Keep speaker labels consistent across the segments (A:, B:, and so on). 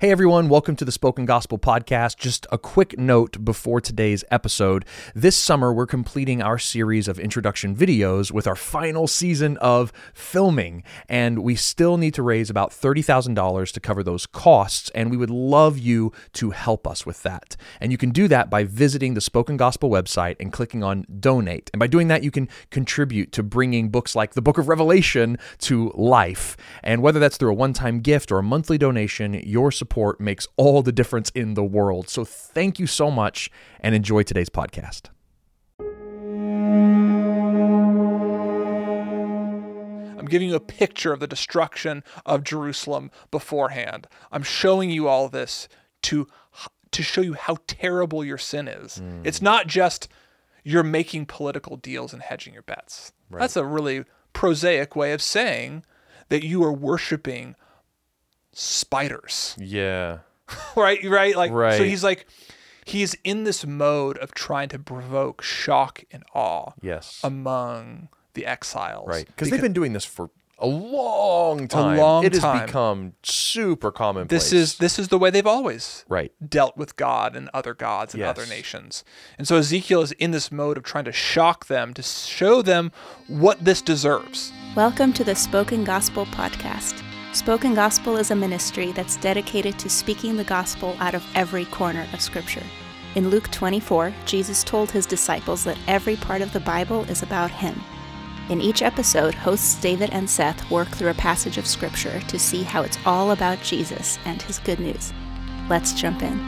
A: Hey everyone, welcome to the Spoken Gospel Podcast. Just a quick note before today's episode. This summer, we're completing our series of introduction videos with our final season of filming, and we still need to raise about $30,000 to cover those costs, and we would love you to help us with that. And you can do that by visiting the Spoken Gospel website and clicking on donate. And by doing that, you can contribute to bringing books like the Book of Revelation to life. And whether that's through a one time gift or a monthly donation, your support makes all the difference in the world. So thank you so much and enjoy today's podcast.
B: I'm giving you a picture of the destruction of Jerusalem beforehand. I'm showing you all this to to show you how terrible your sin is.
A: Hmm.
B: It's not just you're making political deals and hedging your bets. That's a really prosaic way of saying that you are worshiping spiders.
A: Yeah.
B: right, right? Like
A: Right.
B: so he's like he's in this mode of trying to provoke shock and awe
A: Yes.
B: Um, among the exiles.
A: right. Because they've been doing this for a long time.
B: long
A: it has
B: time.
A: become super commonplace.
B: This is this is the way they've always
A: right.
B: dealt with God and other gods and other
A: Yes.
B: nations. And so Ezekiel is in this mode of trying to shock them to show them what this deserves.
C: Welcome to the Spoken Gospel Podcast. Spoken Gospel is a ministry that's dedicated to speaking the gospel out of every corner of Scripture. In Luke 24, Jesus told his disciples that every part of the Bible is about him. In each episode, hosts David and Seth work through a passage of Scripture to see how it's all about Jesus and his good news. Let's jump in.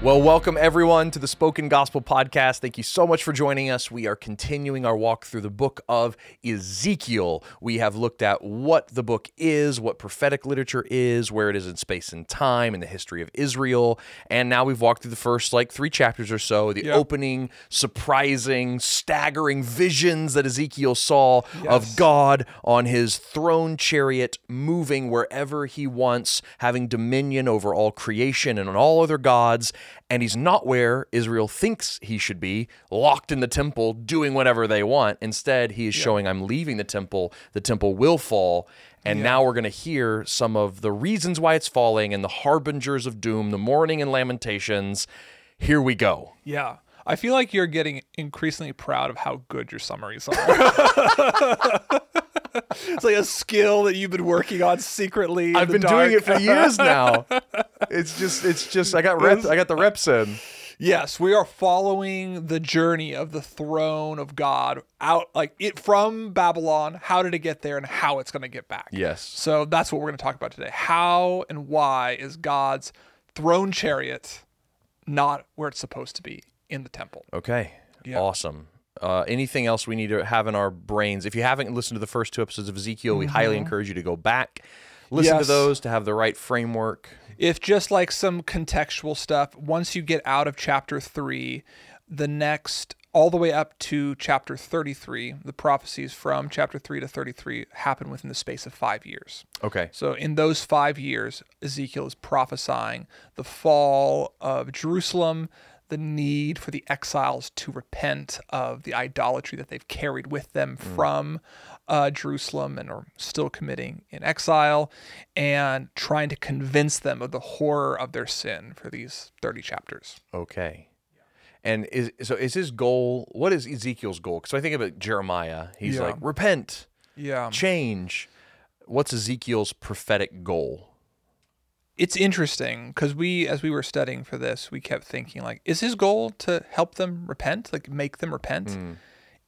A: Well, welcome everyone to the Spoken Gospel Podcast. Thank you so much for joining us. We are continuing our walk through the book of Ezekiel. We have looked at what the book is, what prophetic literature is, where it is in space and time, in the history of Israel. And now we've walked through the first like three chapters or so, the
B: Yeah.
A: opening, surprising, staggering visions that Ezekiel saw of
B: Yes.
A: God on his throne chariot, moving wherever he wants, having dominion over all creation and on all other gods. And he's not where Israel thinks he should be, locked in the temple, doing whatever they want. Instead, he is showing, I'm leaving the temple. The temple will fall. And now we're going to hear some of the reasons why it's falling and the harbingers of doom, the mourning and lamentations. Here we go.
B: Yeah. I feel like you're getting increasingly proud of how good your summaries are. it's like a skill that you've been working on secretly. in
A: I've
B: the
A: been doing
B: dark.
A: it for years now. It's just, it's just, I got reps, I got the reps in.
B: Yes, we are following the journey of the throne of God out like it from Babylon. How did it get there and how it's going to get back?
A: Yes.
B: So that's what we're going to talk about today. How and why is God's throne chariot not where it's supposed to be in the temple?
A: Okay. Awesome. Uh, anything else we need to have in our brains? If you haven't listened to the first two episodes of Ezekiel, we highly encourage you to go back, listen to
B: Yes.
A: those to have the right framework.
B: If just like some contextual stuff, once you get out of chapter 3, the next all the way up to chapter 33, the prophecies from chapter 3 to 33 happen within the space of 5 years.
A: Okay.
B: So in those five years, Ezekiel is prophesying the fall of Jerusalem, the need for the exiles to repent of the idolatry that they've carried with them from uh, Jerusalem and are still committing in exile, and trying to convince them of the horror of their sin for these 30 chapters.
A: Okay. And is so is his goal? What is Ezekiel's goal? Because I think about Jeremiah, he's
B: Yeah.
A: like repent,
B: Yeah.
A: change. What's Ezekiel's prophetic goal?
B: It's interesting because we, as we were studying for this, we kept thinking, like, is his goal to help them repent, like make them repent?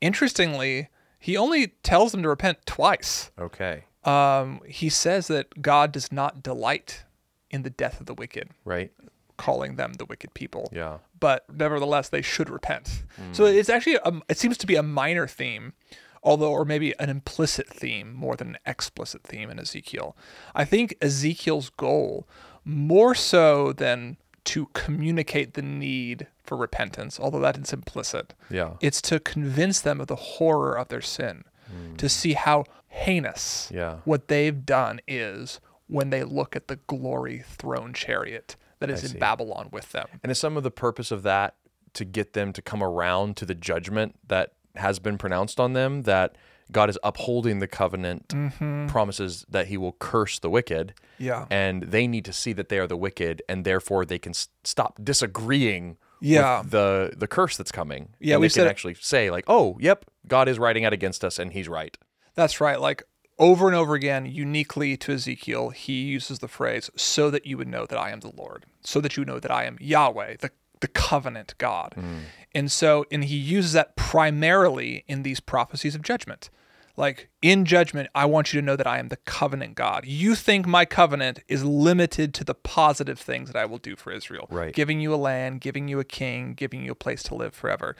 B: Interestingly, he only tells them to repent twice.
A: Okay.
B: Um, he says that God does not delight in the death of the wicked,
A: Right.
B: calling them the wicked people.
A: Yeah.
B: But nevertheless, they should repent. So it's actually, a, it seems to be a minor theme, although, or maybe an implicit theme more than an explicit theme in Ezekiel. I think Ezekiel's goal, more so than to communicate the need for repentance, although that is implicit,
A: Yeah.
B: it's to convince them of the horror of their sin, to see how heinous
A: Yeah.
B: what they've done is when they look at the glory throne chariot that is in Babylon with them.
A: And is some of the purpose of that to get them to come around to the judgment that has been pronounced on them that God is upholding the covenant
B: Mm-hmm.
A: promises that he will curse the wicked.
B: Yeah.
A: And they need to see that they are the wicked and therefore they can s- stop disagreeing
B: Yeah.
A: with the the curse that's coming.
B: Yeah,
A: and they
B: we've
A: can
B: said-
A: actually say like, "Oh, yep, God is writing out against us and he's right."
B: That's right. Like over and over again, uniquely to Ezekiel, he uses the phrase, so that you would know that I am the Lord, so that you know that I am Yahweh, the, the covenant God. And so, and he uses that primarily in these prophecies of judgment. Like in judgment, I want you to know that I am the covenant God. You think my covenant is limited to the positive things that I will do for Israel,
A: Right.
B: giving you a land, giving you a king, giving you a place to live forever.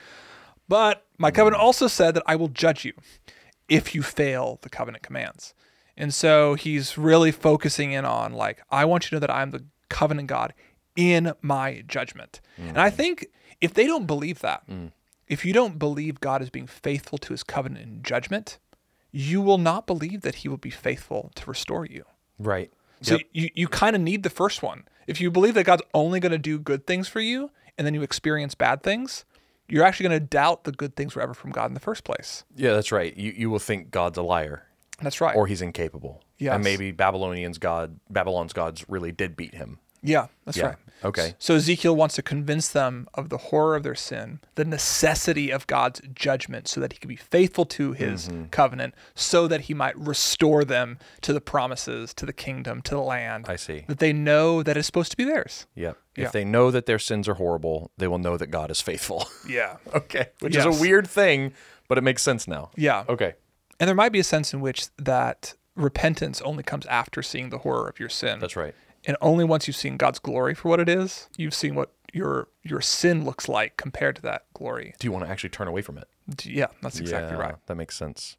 B: But my covenant also said that I will judge you if you fail the covenant commands. And so he's really focusing in on, like, I want you to know that I'm the covenant God in my judgment. And I think if they don't believe that, if you don't believe God is being faithful to his covenant in judgment, you will not believe that he will be faithful to restore you.
A: Right.
B: So you, you kind of need the first one. If you believe that God's only going to do good things for you and then you experience bad things, you're actually going to doubt the good things were ever from God in the first place.
A: Yeah, that's right. You you will think God's a liar
B: That's right.
A: or he's incapable. Yeah,
B: Yes.
A: And maybe Babylonians God Babylon's gods really did beat him.
B: yeah, that's
A: Yeah.
B: right.
A: Okay.
B: So Ezekiel wants to convince them of the horror of their sin, the necessity of God's judgment so that he could be faithful to his
A: Mm-hmm.
B: covenant, so that he might restore them to the promises, to the kingdom, to the land
A: I see.
B: that they know that is supposed to be theirs.
A: Yep.
B: Mm. Yeah.
A: If they know that their sins are horrible, they will know that God is faithful.
B: Yeah.
A: okay. Which is
B: Yes.
A: a weird thing, but it makes sense now.
B: Yeah.
A: Okay.
B: And there might be a sense in which that repentance only comes after seeing the horror of your sin.
A: That's right.
B: And only once you've seen God's glory for what it is, you've seen what your your sin looks like compared to that glory.
A: Do you want to actually turn away from it?
B: D- Yeah, that's exactly
A: Yeah,
B: right.
A: That makes sense.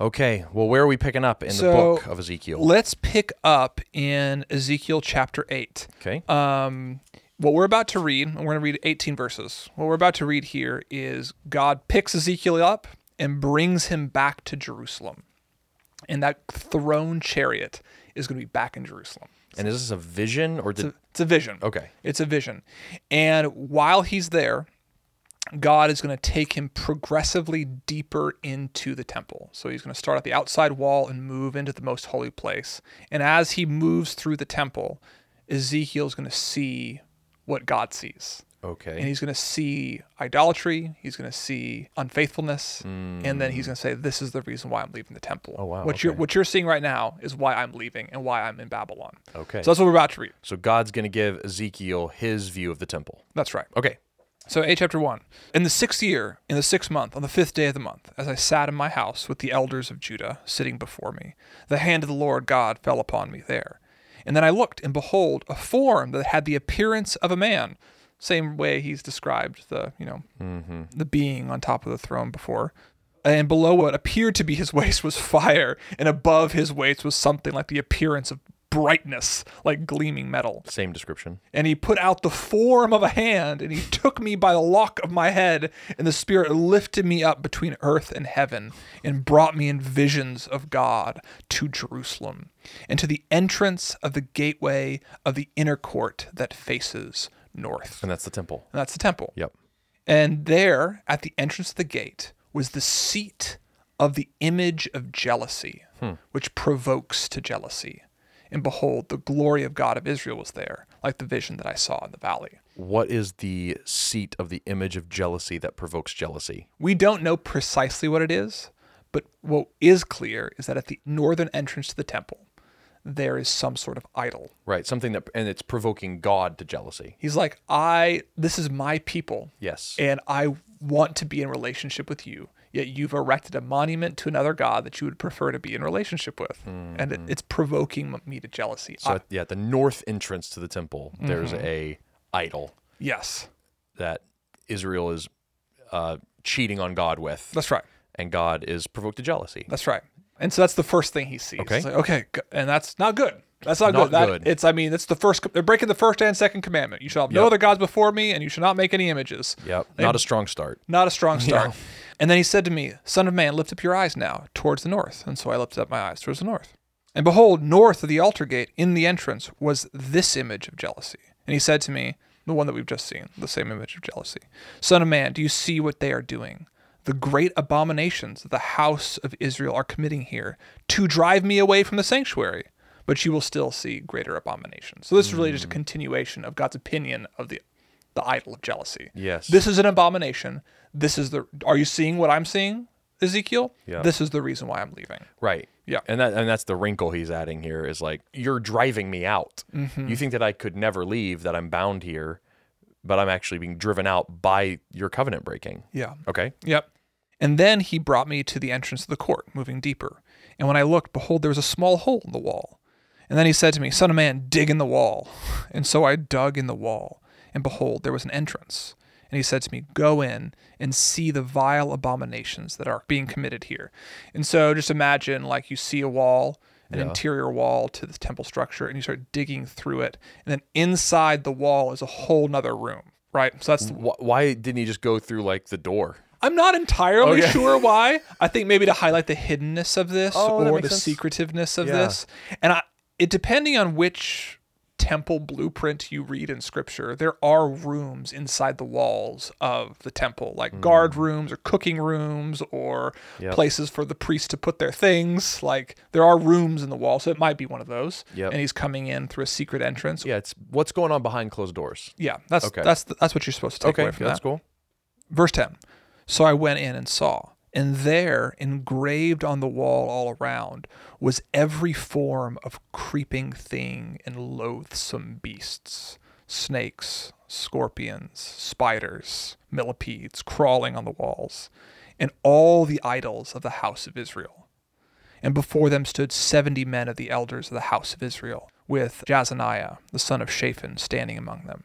A: Okay. Well, where are we picking up in the
B: So-
A: book of Ezekiel?
B: Let's pick up in Ezekiel chapter 8.
A: Okay.
B: Um, what we're about to read, and we're going to read 18 verses. What we're about to read here is God picks Ezekiel up and brings him back to Jerusalem. And that throne chariot is going to be back in Jerusalem.
A: and is this a vision or did?
B: It's a, it's a vision.
A: Okay.
B: It's a vision. And while he's there, God is going to take him progressively deeper into the temple. So he's going to start at the outside wall and move into the most holy place. And as he moves through the temple, Ezekiel's going to see what God sees. And
A: Okay.
B: he's going to see idolatry, he's going to see unfaithfulness, and then he's going to say this is the reason why I'm leaving the temple. Oh
A: Mm. wow,
B: What you're
A: okay.
B: what you're seeing right now is why I'm leaving and why I'm in Babylon.
A: Okay.
B: So that's what we're about to read.
A: So God's going to give Ezekiel his view of the temple.
B: That's right.
A: Okay.
B: So, A chapter 1. In the sixth year, in the sixth month, on the fifth day of the month, as I sat in my house with the elders of Judah sitting before me, the hand of the Lord God fell upon me there. And then I looked, and behold, a form that had the appearance of a man. Same way he's described the, you know, the being on top of the throne before. And below what appeared to be his waist was fire, and above his waist was something like the appearance of brightness, like gleaming metal.
A: Same description.
B: And he put out the form of a hand, and he took me by the lock of my head, and the Spirit lifted me up between earth and heaven, and brought me in visions of God to Jerusalem, and to the entrance of the gateway of the inner court that faces north.
A: And that's the temple.
B: And that's the temple.
A: Yep.
B: And there, at the entrance of the gate, was the seat of the image of jealousy, which provokes to jealousy. And behold, the glory of God of Israel was there, like the vision that I saw in the valley.
A: What is the seat of the image of jealousy that provokes jealousy?
B: We don't know precisely what it is, but what is clear is that at the northern entrance to the temple, there is some sort of idol.
A: Right. Something that, and it's provoking God to jealousy.
B: He's like, I, this is my people.
A: Yes.
B: and I want to be in relationship with you. Yet you've erected a monument to another god that you would prefer to be in relationship with, and it, it's provoking me to jealousy.
A: Mm-hmm. So
B: I-
A: at, yeah, at the north entrance to the temple, there's
B: Mm-hmm.
A: a idol
B: yes,
A: that Israel is uh, cheating on God with,
B: that's right.
A: and God is provoked to jealousy.
B: That's right. And so that's the first thing he sees.
A: Okay.
B: It's like, okay, go- and that's not good. That's not,
A: Not
B: good. That,
A: good.
B: It's I mean, it's the first. co- They're breaking the first and second commandment. You shall have no
A: Yep.
B: other gods before me, and you shall not make any images.
A: Yep,
B: They-
A: not a strong start.
B: not a strong start. And then he said to me, Son of man, lift up your eyes now towards the north. And so I lifted up my eyes towards the north. And behold, north of the altar gate in the entrance was this image of jealousy. And he said to me, the one that we've just seen, the same image of jealousy Son of man, do you see what they are doing? The great abominations that the house of Israel are committing here to drive me away from the sanctuary. But you will still see greater abominations. So this is really just a continuation of God's opinion of the the idol of jealousy.
A: Yes.
B: This is an abomination. This is the are you seeing what I'm seeing, Ezekiel?
A: Yeah.
B: This is the reason why I'm leaving.
A: Right.
B: Yeah.
A: And that and that's the wrinkle he's adding here is like you're driving me out.
B: Mm-hmm.
A: You think that I could never leave, that I'm bound here, but I'm actually being driven out by your covenant breaking.
B: Yeah.
A: Okay.
B: Yep. And then he brought me to the entrance of the court, moving deeper. And when I looked, behold, there was a small hole in the wall. And then he said to me, Son of man, dig in the wall. And so I dug in the wall, and behold, there was an entrance. And he said to me, Go in and see the vile abominations that are being committed here. And so just imagine like you see a wall, an interior wall to the temple structure, and you start digging through it. And then inside the wall is a whole nother room, right? So that's
A: Why, why didn't he just go through like the door?
B: I'm not entirely
A: Okay.
B: sure why. I think maybe to highlight the hiddenness of this
A: Oh, that
B: or the
A: makes sense.
B: secretiveness of
A: Yeah.
B: this. And I, it depending on which temple blueprint you read in scripture, there are rooms inside the walls of the temple, like
A: Hmm.
B: guard rooms or cooking rooms or places for the priest to put their things. Like there are rooms in the wall, so it might be one of those.
A: Yep.
B: And he's coming in through a secret entrance. Yeah,
A: Yeah, it's what's going on behind closed doors.
B: that's
A: Okay.
B: that's that's what you're supposed to take
A: okay,
B: away from
A: that's
B: that.
A: cool.
B: Verse 10 So I went in and saw, and there, engraved on the wall all around, was every form of creeping thing and loathsome beasts snakes, scorpions, spiders, millipedes crawling on the walls, and all the idols of the house of Israel. And before them stood seventy men of the elders of the house of Israel, with Jazaniah the son of Shaphan standing among them.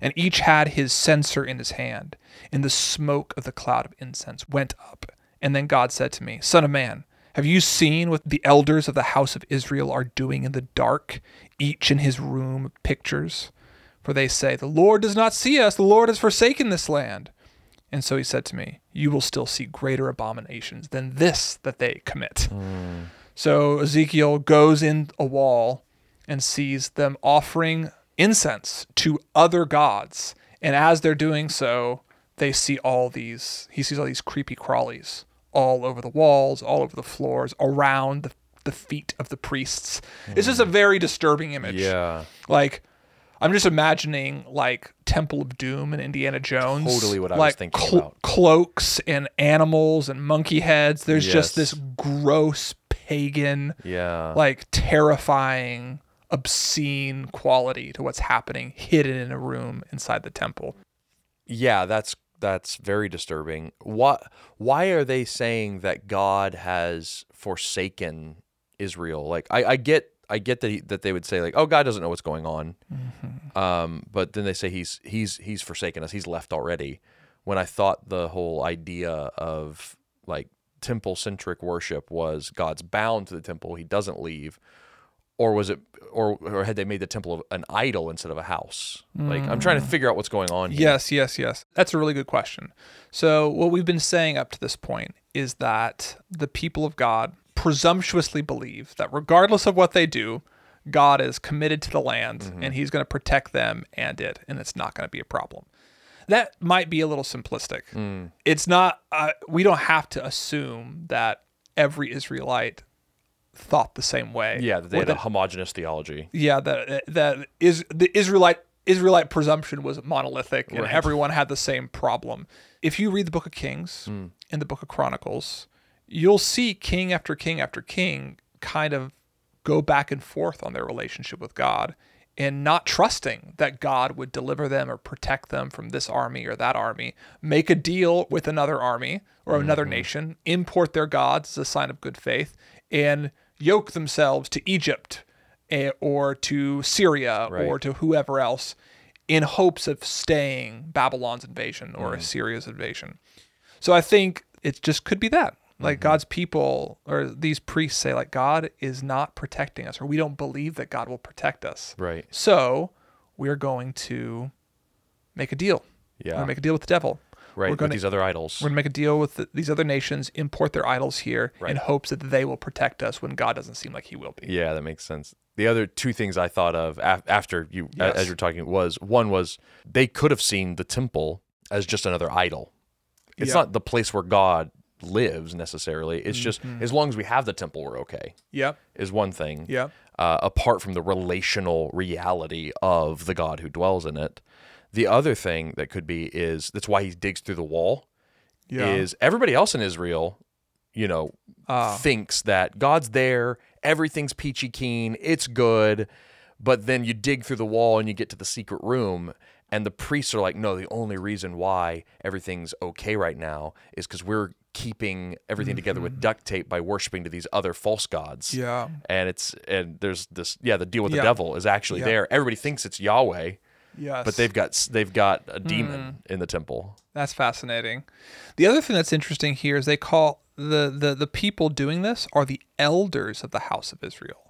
B: And each had his censer in his hand, and the smoke of the cloud of incense went up. And then God said to me, Son of man, have you seen what the elders of the house of Israel are doing in the dark, each in his room of pictures? For they say, The Lord does not see us, the Lord has forsaken this land. And so he said to me, You will still see greater abominations than this that they commit. So Ezekiel goes in a wall and sees them offering incense to other gods. And as they're doing so, they see all these, he sees all these creepy crawlies all over the walls, all over the floors, around the, the feet of the priests. It's just a very disturbing image.
A: Yeah.
B: Like, I'm just imagining like Temple of Doom and Indiana Jones.
A: Totally what I was
B: like,
A: thinking about.
B: Cloaks and animals and monkey heads. There's just
A: Yes. Uh-huh.
B: this gross pagan,
A: Yeah.
B: like terrifying, obscene quality to what's happening hidden in a room inside the temple.
A: yeah, that's that's very disturbing. Why why are they saying that God has forsaken Israel? Like I, I get I get that he, that they would say like, oh, God doesn't know what's going on, um, but then they say he's he's he's forsaken us. He's left already. When I thought the whole idea of like temple centric worship was God's bound to the temple, he doesn't leave. Or was it, or, or had they made the temple of an idol instead of a house? Like, I'm trying to figure out what's going on here.
B: Yes, yes, yes. That's a really good question. So, what we've been saying up to this point is that the people of God presumptuously believe that regardless of what they do, God is committed to the land
A: Mm-hmm.
B: and he's going to protect them and it, and it's not going to be a problem. That might be a little simplistic.
A: Mm.
B: It's not, uh, we don't have to assume that every Israelite thought the same way.
A: Yeah, that they
B: or
A: had a homogenous theology.
B: yeah that that is the israelite israelite presumption was monolithic and everyone had the same problem if you read the book of kings and the book of chronicles you'll see king after king after king kind of go back and forth on their relationship with god and not trusting that god would deliver them or protect them from this army or that army make a deal with another army or another nation import their gods as a sign of good faith and yoke themselves to egypt eh, or to Syria or
A: Right.
B: to whoever else in hopes of staying Babylon's invasion or
A: Mm.
B: Assyria's invasion. So I think it just could be that.
A: Mm-hmm.
B: Like God's people or these priests say like God is not protecting us or we don't believe that God will protect us.
A: Right.
B: So we're going to make a deal. We're
A: Yeah.
B: gonna make a deal with the devil.
A: right?
B: gonna-
A: with these other idols.
B: We're going to make a deal with th these other nations, import their idols here in
A: Right.
B: hopes that they will protect us when God doesn't seem like he will be.
A: Yeah, that makes sense. The other two things I thought of af- after you, a-
B: Yes.
A: as you're talking, was one was they could have seen the temple as just another idol. It's
B: Yeah.
A: not the place where God lives necessarily. It's just as long as we have the temple, we're okay.
B: Yeah.
A: Is one thing.
B: Mm-hmm. Yeah.
A: Uh, apart from the relational reality of the God who dwells in it, the other thing that could be is that's why he digs through the wall.
B: Yeah.
A: Is everybody else in Israel, you know,
B: Ah.
A: thinks that God's there, everything's peachy keen, it's good. But then you dig through the wall and you get to the secret room, and the priests are like, no, the only reason why everything's okay right now is because we're keeping everything together with duct tape by worshiping to these other false gods.
B: Mm-hmm. Yeah.
A: And it's, and there's this, yeah, the deal with
B: Yeah.
A: the devil is actually
B: Yeah.
A: there. Everybody thinks it's Yahweh,
B: Yes.
A: but they've got, s- they've got a
B: Mm.
A: demon in the temple.
B: That's fascinating. The other thing that's interesting here is they call the the, the people doing this are the elders of the house of Israel.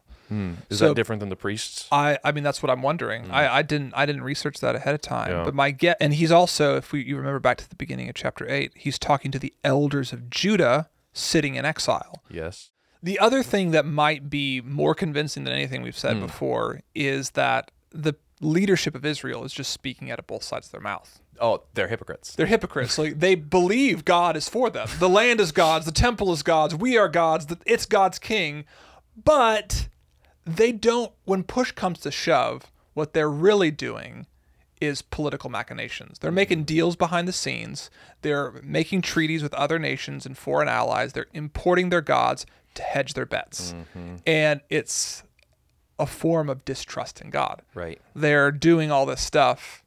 A: Is
B: So-
A: that different than the priests?
B: I, I mean that's what I'm wondering.
A: Hmm.
B: I, I didn't I didn't research that ahead of time. But my get and he's also if we you remember back to the beginning of chapter 8, he's talking to the elders of Judah sitting in exile.
A: Yes.
B: The other thing that might be more convincing than anything we've
A: Hmm.
B: said before is that the leadership of Israel is just speaking out of both sides of their mouth.
A: Oh, they're hypocrites.
B: They're hypocrites. Like they believe God is for them. The land is God's. The temple is God's. We are God's. The, it's God's king, but they don't. When push comes to shove, what they're really doing is political machinations. They're making deals behind the scenes. They're making treaties with other nations and foreign allies. They're importing their gods to hedge their bets, and it's a form of distrust in God.
A: Right.
B: They're doing all this stuff,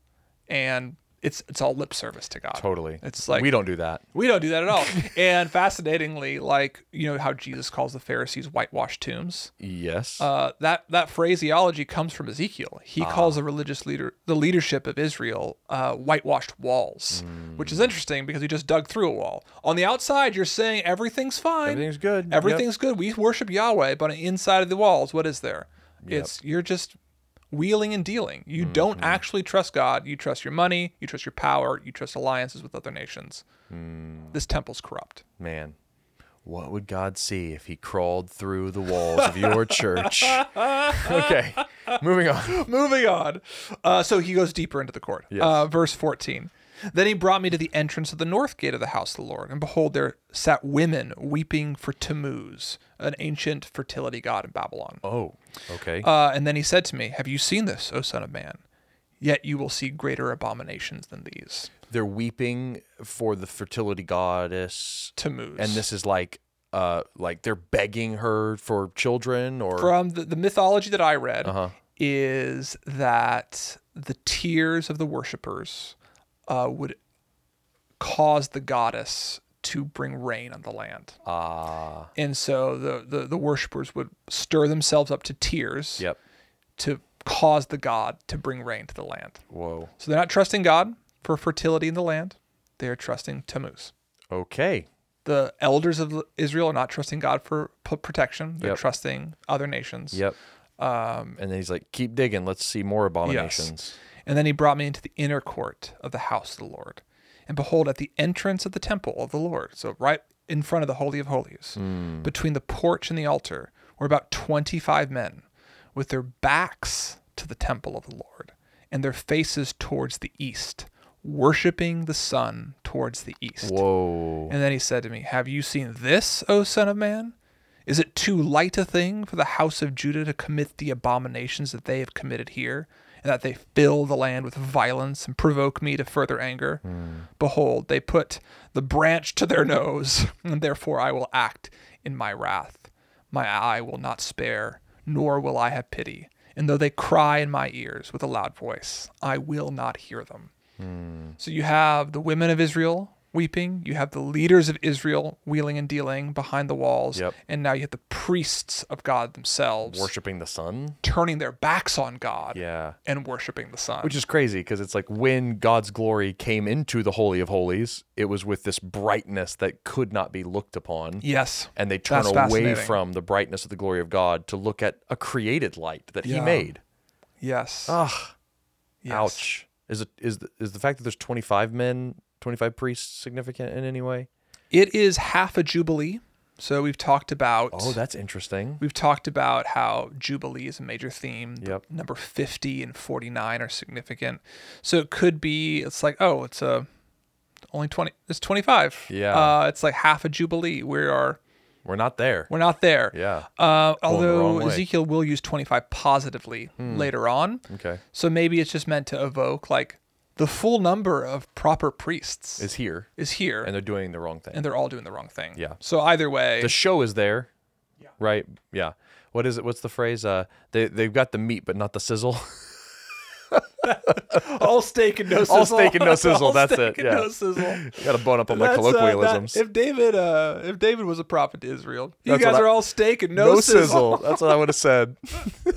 B: and it's it's all lip service to God.
A: Totally.
B: It's like-
A: we don't do that.
B: We don't do that at all. and fascinatingly, like you know how Jesus calls the Pharisees whitewashed tombs.
A: Yes.
B: Uh, that that phraseology comes from Ezekiel. He
A: Ah.
B: calls the religious leader, the leadership of Israel, uh, whitewashed walls, which
A: Hmm.
B: is interesting because he just dug through a wall. On the outside, you're saying everything's fine,
A: Everything's good. Yep.
B: everything's good. We worship Yahweh, but on the inside of the walls, what is there? It's you're just wheeling and dealing. You
A: Mm-hmm.
B: don't actually trust God. You trust your money. You trust your power. You trust alliances with other nations.
A: Mm.
B: This temple's corrupt.
A: Man, what would God see if he crawled through the walls of your church? okay, moving on.
B: Moving on. Uh, so he goes deeper into the court.
A: Yes.
B: Uh, verse 14. Then he brought me to the entrance of the north gate of the house of the Lord, and behold, there sat women weeping for Tammuz, an ancient fertility god in Babylon.
A: Oh, okay.
B: Uh, and then he said to me, Have you seen this, O son of man? Yet you will see greater abominations than these.
A: They're weeping for the fertility goddess,
B: Tammuz.
A: and this is like, uh, like they're begging her for children, or
B: from the, the mythology that I read
A: Uh-huh.
B: is that the tears of the worshippers uh, would cause the goddess to bring rain on the land.
A: ah,
B: And so the, the, the worshippers would stir themselves up to tears
A: yep.
B: to cause the god to bring rain to the land.
A: Whoa.
B: So they're not trusting God for fertility in the land, they are trusting Tammuz.
A: Okay.
B: The elders of Israel are not trusting God for p- protection. They're
A: Yep.
B: trusting other nations.
A: Yep. Um, and then he's like, "Keep digging. Let's see more abominations."
B: And then he brought me into the inner court of the house of the Lord. And behold, at the entrance of the temple of the Lord, so right in front of the Holy of Holies,
A: Hmm.
B: between the porch and the altar, were about 25 men with their backs to the temple of the Lord and their faces towards the east, worshiping the sun towards the east.
A: Whoa.
B: And then he said to me, Have you seen this, O Son of Man? Is it too light a thing for the house of Judah to commit the abominations that they have committed here, and that they fill the land with violence and provoke me to further anger? Behold, they put the branch to their nose, and therefore I will act in my wrath. My eye will not spare, nor will I have pity. And though they cry in my ears with a loud voice, I will not hear them. So you have the women of Israel weeping, you have the leaders of Israel wheeling and dealing behind the walls,
A: Yep.
B: and now you have the priests of God themselves
A: Worshipping the sun.
B: turning their backs on God
A: Yeah.
B: and worshiping the sun.
A: Which is crazy because it's like when God's glory came into the Holy of Holies, it was with this brightness that could not be looked upon.
B: yes.
A: And they turn
B: That's
A: away
B: fascinating.
A: from the brightness of the glory of God to look at a created light that He
B: Yeah.
A: made.
B: Yes.
A: Ugh,
B: yes.
A: ouch. Is it is the, is the fact that there's 25 men 25 priests significant in any way?
B: It is half a jubilee. So we've talked about
A: Oh, that's interesting.
B: We've talked about how Jubilee is a major theme. The
A: Yep.
B: Number 50 and 49 are significant. So it could be, it's like, oh, it's a only 20, it's 25.
A: Yeah.
B: Uh, it's like half a Jubilee. We are,
A: We're not there.
B: we're not there.
A: yeah.
B: Uh,
A: Going the wrong
B: although
A: way. Hmm.
B: Ezekiel will use 25 positively later on.
A: Okay.
B: So maybe it's just meant to evoke like the full number of proper priests is,
A: Is here
B: here
A: and
B: and,
A: they're doing the wrong thing.
B: they're all doing the wrong thing.
A: Yeah.
B: So either way,
A: the show is there. Right? Yeah. What is it? What's the phrase? Uh they they've got the meat but not the sizzle.
B: all steak and no sizzle.
A: All steak and no sizzle,
B: All
A: that's it,
B: steak and
A: yeah.
B: no sizzle.
A: Got to bone up on my
B: That's, uh, that-
A: colloquialisms.
B: if David, uh, if David was a prophet to Israel, you
A: That's what
B: guys
A: I-
B: are all steak and no,
A: no sizzle. That's what I would have said.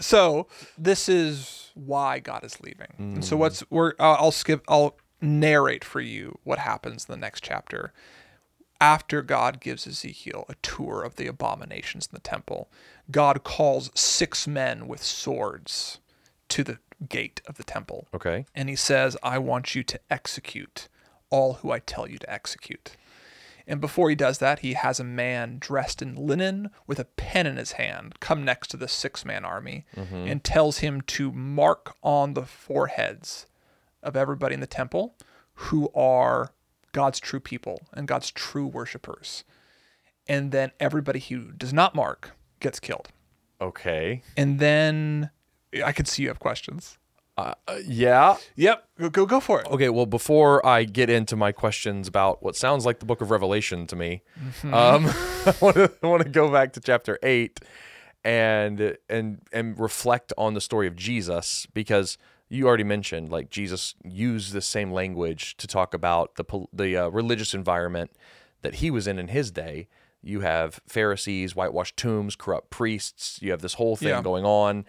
B: So this is why God is leaving. And so what's
A: Mm.
B: we're uh, I'll skip. I'll narrate for you what happens in the next chapter. After God gives Ezekiel a tour of the abominations in the temple, God calls six men with swords to the gate of the temple.
A: Okay.
B: and he says, I want you to execute all who I tell you to execute. And before he does that, he has a man dressed in linen with a pen in his hand come next to the six man army and tells him to mark on the foreheads of everybody in the temple who are God's true people and God's true worshipers. And then everybody who does not mark gets killed.
A: Okay.
B: And then I could see you have questions.
A: Uh, uh, yeah.
B: Yep, go go, go for it.
A: Okay, well, before I get into my questions about what sounds like the book of Revelation to me, um, I want to go back to chapter eight and and and reflect on the story of Jesus because you already mentioned like Jesus used the same language to talk about the pol- the uh, religious environment that he was in in his day. You have Pharisees, whitewashed tombs, corrupt priests. You have this whole thing
B: Yeah.
A: going on,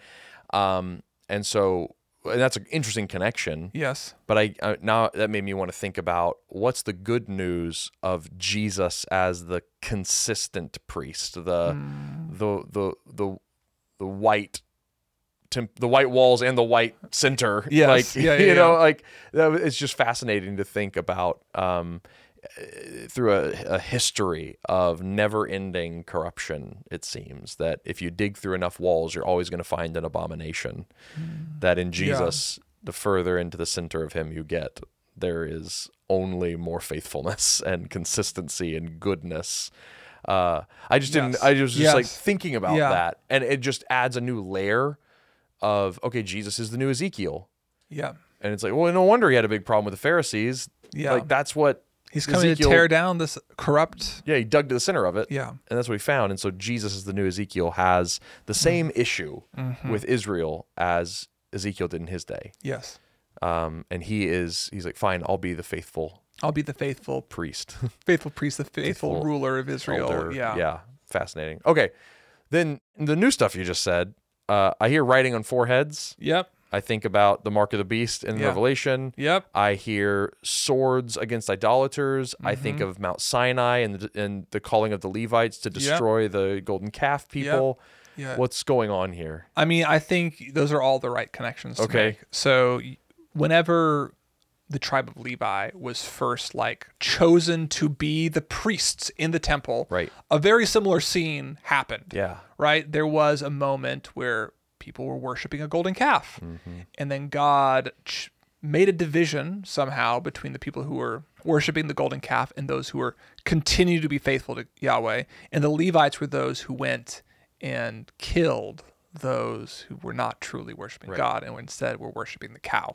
A: um, and so and that's an interesting connection
B: Yes.
A: but I, I now that made me want to think about what's the good news of Jesus as the consistent priest, the
B: Mm.
A: the the the the white temp, the white walls and the white center.
B: Yes.
A: Like
B: Yeah, yeah,
A: you
B: yeah.
A: know, like that, was- it's just fascinating to think about um, eh, through a, a history of never-ending corruption. It seems that if you dig through enough walls, you're always going to find an abomination. That in Jesus, the further into the center of Him you get, there is only more faithfulness and consistency and goodness. Uh, I just
B: Yes.
A: didn't. I was just like
B: Yes.
A: thinking about
B: Yeah.
A: that, and it just adds a new layer of okay, Jesus is the new Ezekiel,
B: Yeah.
A: and it's like, well, no wonder he had a big problem with the Pharisees.
B: Yeah.
A: like that's what
B: He's coming to tear down this corrupt.
A: Yeah, he dug to the center of it.
B: Yeah.
A: and that's what he found. And so Jesus is the new Ezekiel has the
B: Mm-hmm.
A: same issue with Israel as Ezekiel did in his day.
B: Yes.
A: Um, and he is he's like, fine, I'll be the faithful
B: I'll be the faithful
A: priest.
B: faithful priest, the faithful,
A: Faithful
B: ruler of Israel.
A: Elder.
B: yeah.
A: fascinating. Okay, then the new stuff you just said. Uh, I hear writing on foreheads.
B: Yep.
A: I think about the mark of the beast in
B: Yeah.
A: Revelation.
B: Yep.
A: I hear swords against idolaters. I
B: Mm-hmm.
A: think of Mount Sinai and the, and the calling of the Levites to destroy the golden calf people.
B: Yeah.
A: What's going on here?
B: I mean, I think those are all the right connections. To
A: Okay.
B: Make. So, y- whenever the tribe of Levi was first like chosen to be the priests in the temple,
A: Right.
B: A very similar scene happened.
A: Yeah.
B: Right. There was a moment where people were worshiping a golden calf, and then God ch- made a division somehow between the people who were worshiping the golden calf and those who were continue to be faithful to Yahweh, and the Levites were those who went and killed those who were not truly worshiping God and instead were worshiping the cow.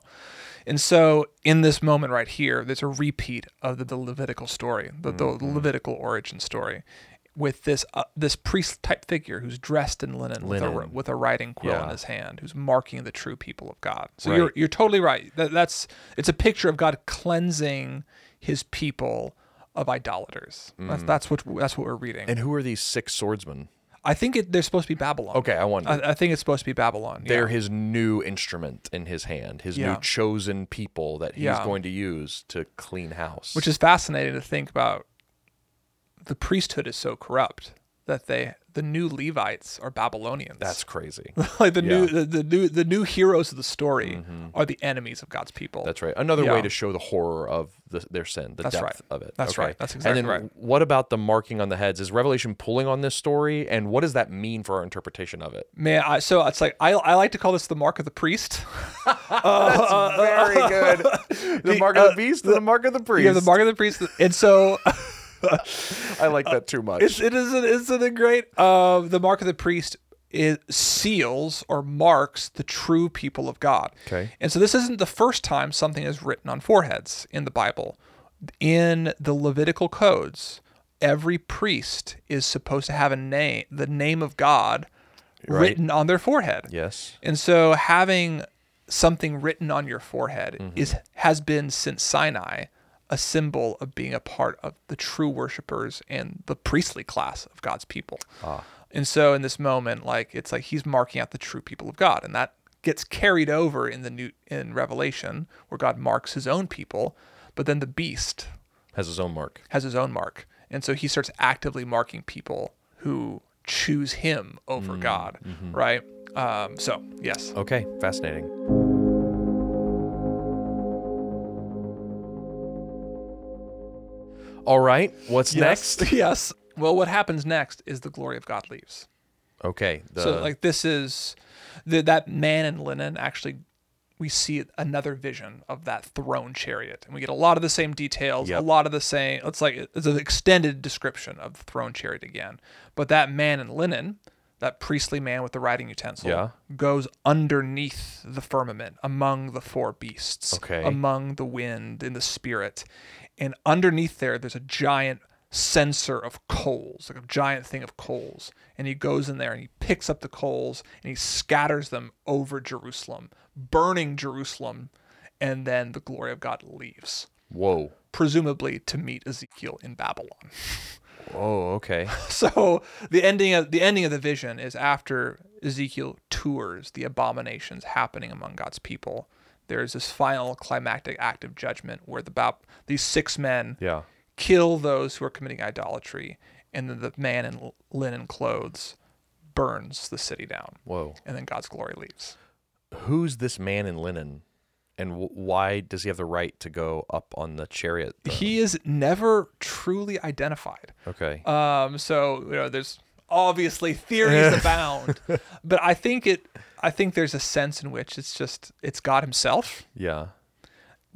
B: And so in this moment right here, there's a repeat of the, the Levitical story, the, the
A: Mm-hmm.
B: Levitical origin story, with this uh, this priest type figure who's dressed in linen, With, a,
A: Linen.
B: with a writing quill in
A: Yeah.
B: his hand, who's marking the true people of God. So
A: Right.
B: you're you're totally right. That, that's it's a picture of God cleansing His people of idolaters. That's, that's what that's what we're reading.
A: Mm. And who are these six swordsmen?
B: I think it, they're supposed to be Babylon.
A: Okay, I wonder.
B: I, I think it's supposed to be Babylon. yeah.
A: They're his new instrument in his hand, his
B: Yeah.
A: new chosen people that he's
B: Yeah.
A: going to use to clean house.
B: which is fascinating to think about. The priesthood is so corrupt that they the new Levites are Babylonians.
A: That's crazy.
B: like the new the, the new the new heroes of the story are the enemies of God's people.
A: Mm-hmm. That's right. Another
B: Yeah.
A: way to show the horror of the, their sin, the
B: That's
A: depth
B: right.
A: of it.
B: That's
A: Okay.
B: right. That's
A: And
B: exactly
A: then
B: right.
A: what about the marking on the heads? Is Revelation pulling on this story, and what does that mean for our interpretation of it?
B: Man, I, so it's like I, I like to call this the mark of the priest.
A: Very good. The mark of the beast, and the mark of the
B: you
A: priest.
B: have uh, the mark of the priest, and so
A: I like that too much.
B: it's, it is an, it's a great. Uh, the mark of the priest is seals or marks the true people of God.
A: Okay.
B: And so this isn't the first time something is written on foreheads in the Bible. In the Levitical codes, every priest is supposed to have a name, the name of God, written on their forehead.
A: yes.
B: And so having something written on your forehead is has been since Sinai a symbol of being a part of the true worshipers and the priestly class of God's people. And so in this moment like it's like he's marking out the true people of God and that gets carried over in the new in Revelation where God marks his own people, but then the beast
A: Has his own mark.
B: has his own mark. And so he starts actively marking people who choose him over God, right? Um, so, yes.
A: Okay. Fascinating. All right. What's
B: Yes,
A: next?
B: Yes. Well, what happens next is the glory of God leaves.
A: Okay. The,
B: so, like, this is the, that man in linen actually. We see another vision of that throne chariot, and we get a lot of the same details,
A: Yep.
B: a lot of the same. It's like it's an extended description of the throne chariot again. But that man in linen, that priestly man with the writing utensil,
A: Yeah.
B: goes underneath the firmament among the four beasts,
A: Okay.
B: among the wind and the spirit. And underneath there, there's a giant censer of coals, like a giant thing of coals. And he goes in there and he picks up the coals and he scatters them over Jerusalem, burning Jerusalem. And then the glory of God leaves,
A: whoa.
B: presumably to meet Ezekiel in Babylon
A: Oh, okay.
B: so the ending of the ending of the vision is after Ezekiel tours the abominations happening among God's people. There is this final climactic act of judgment where the Bab- these six men
A: Yeah.
B: kill those who are committing idolatry, and then the man in l- linen clothes burns the city down,
A: Whoa.
B: and then God's glory leaves.
A: who's this man in linen and w- why does he have the right to go up on the chariot throne?
B: He is never truly identified.
A: okay
B: Um, so you know, there's obviously theories abound, but I think it. I think there's a sense in which it's just it's God Himself,
A: yeah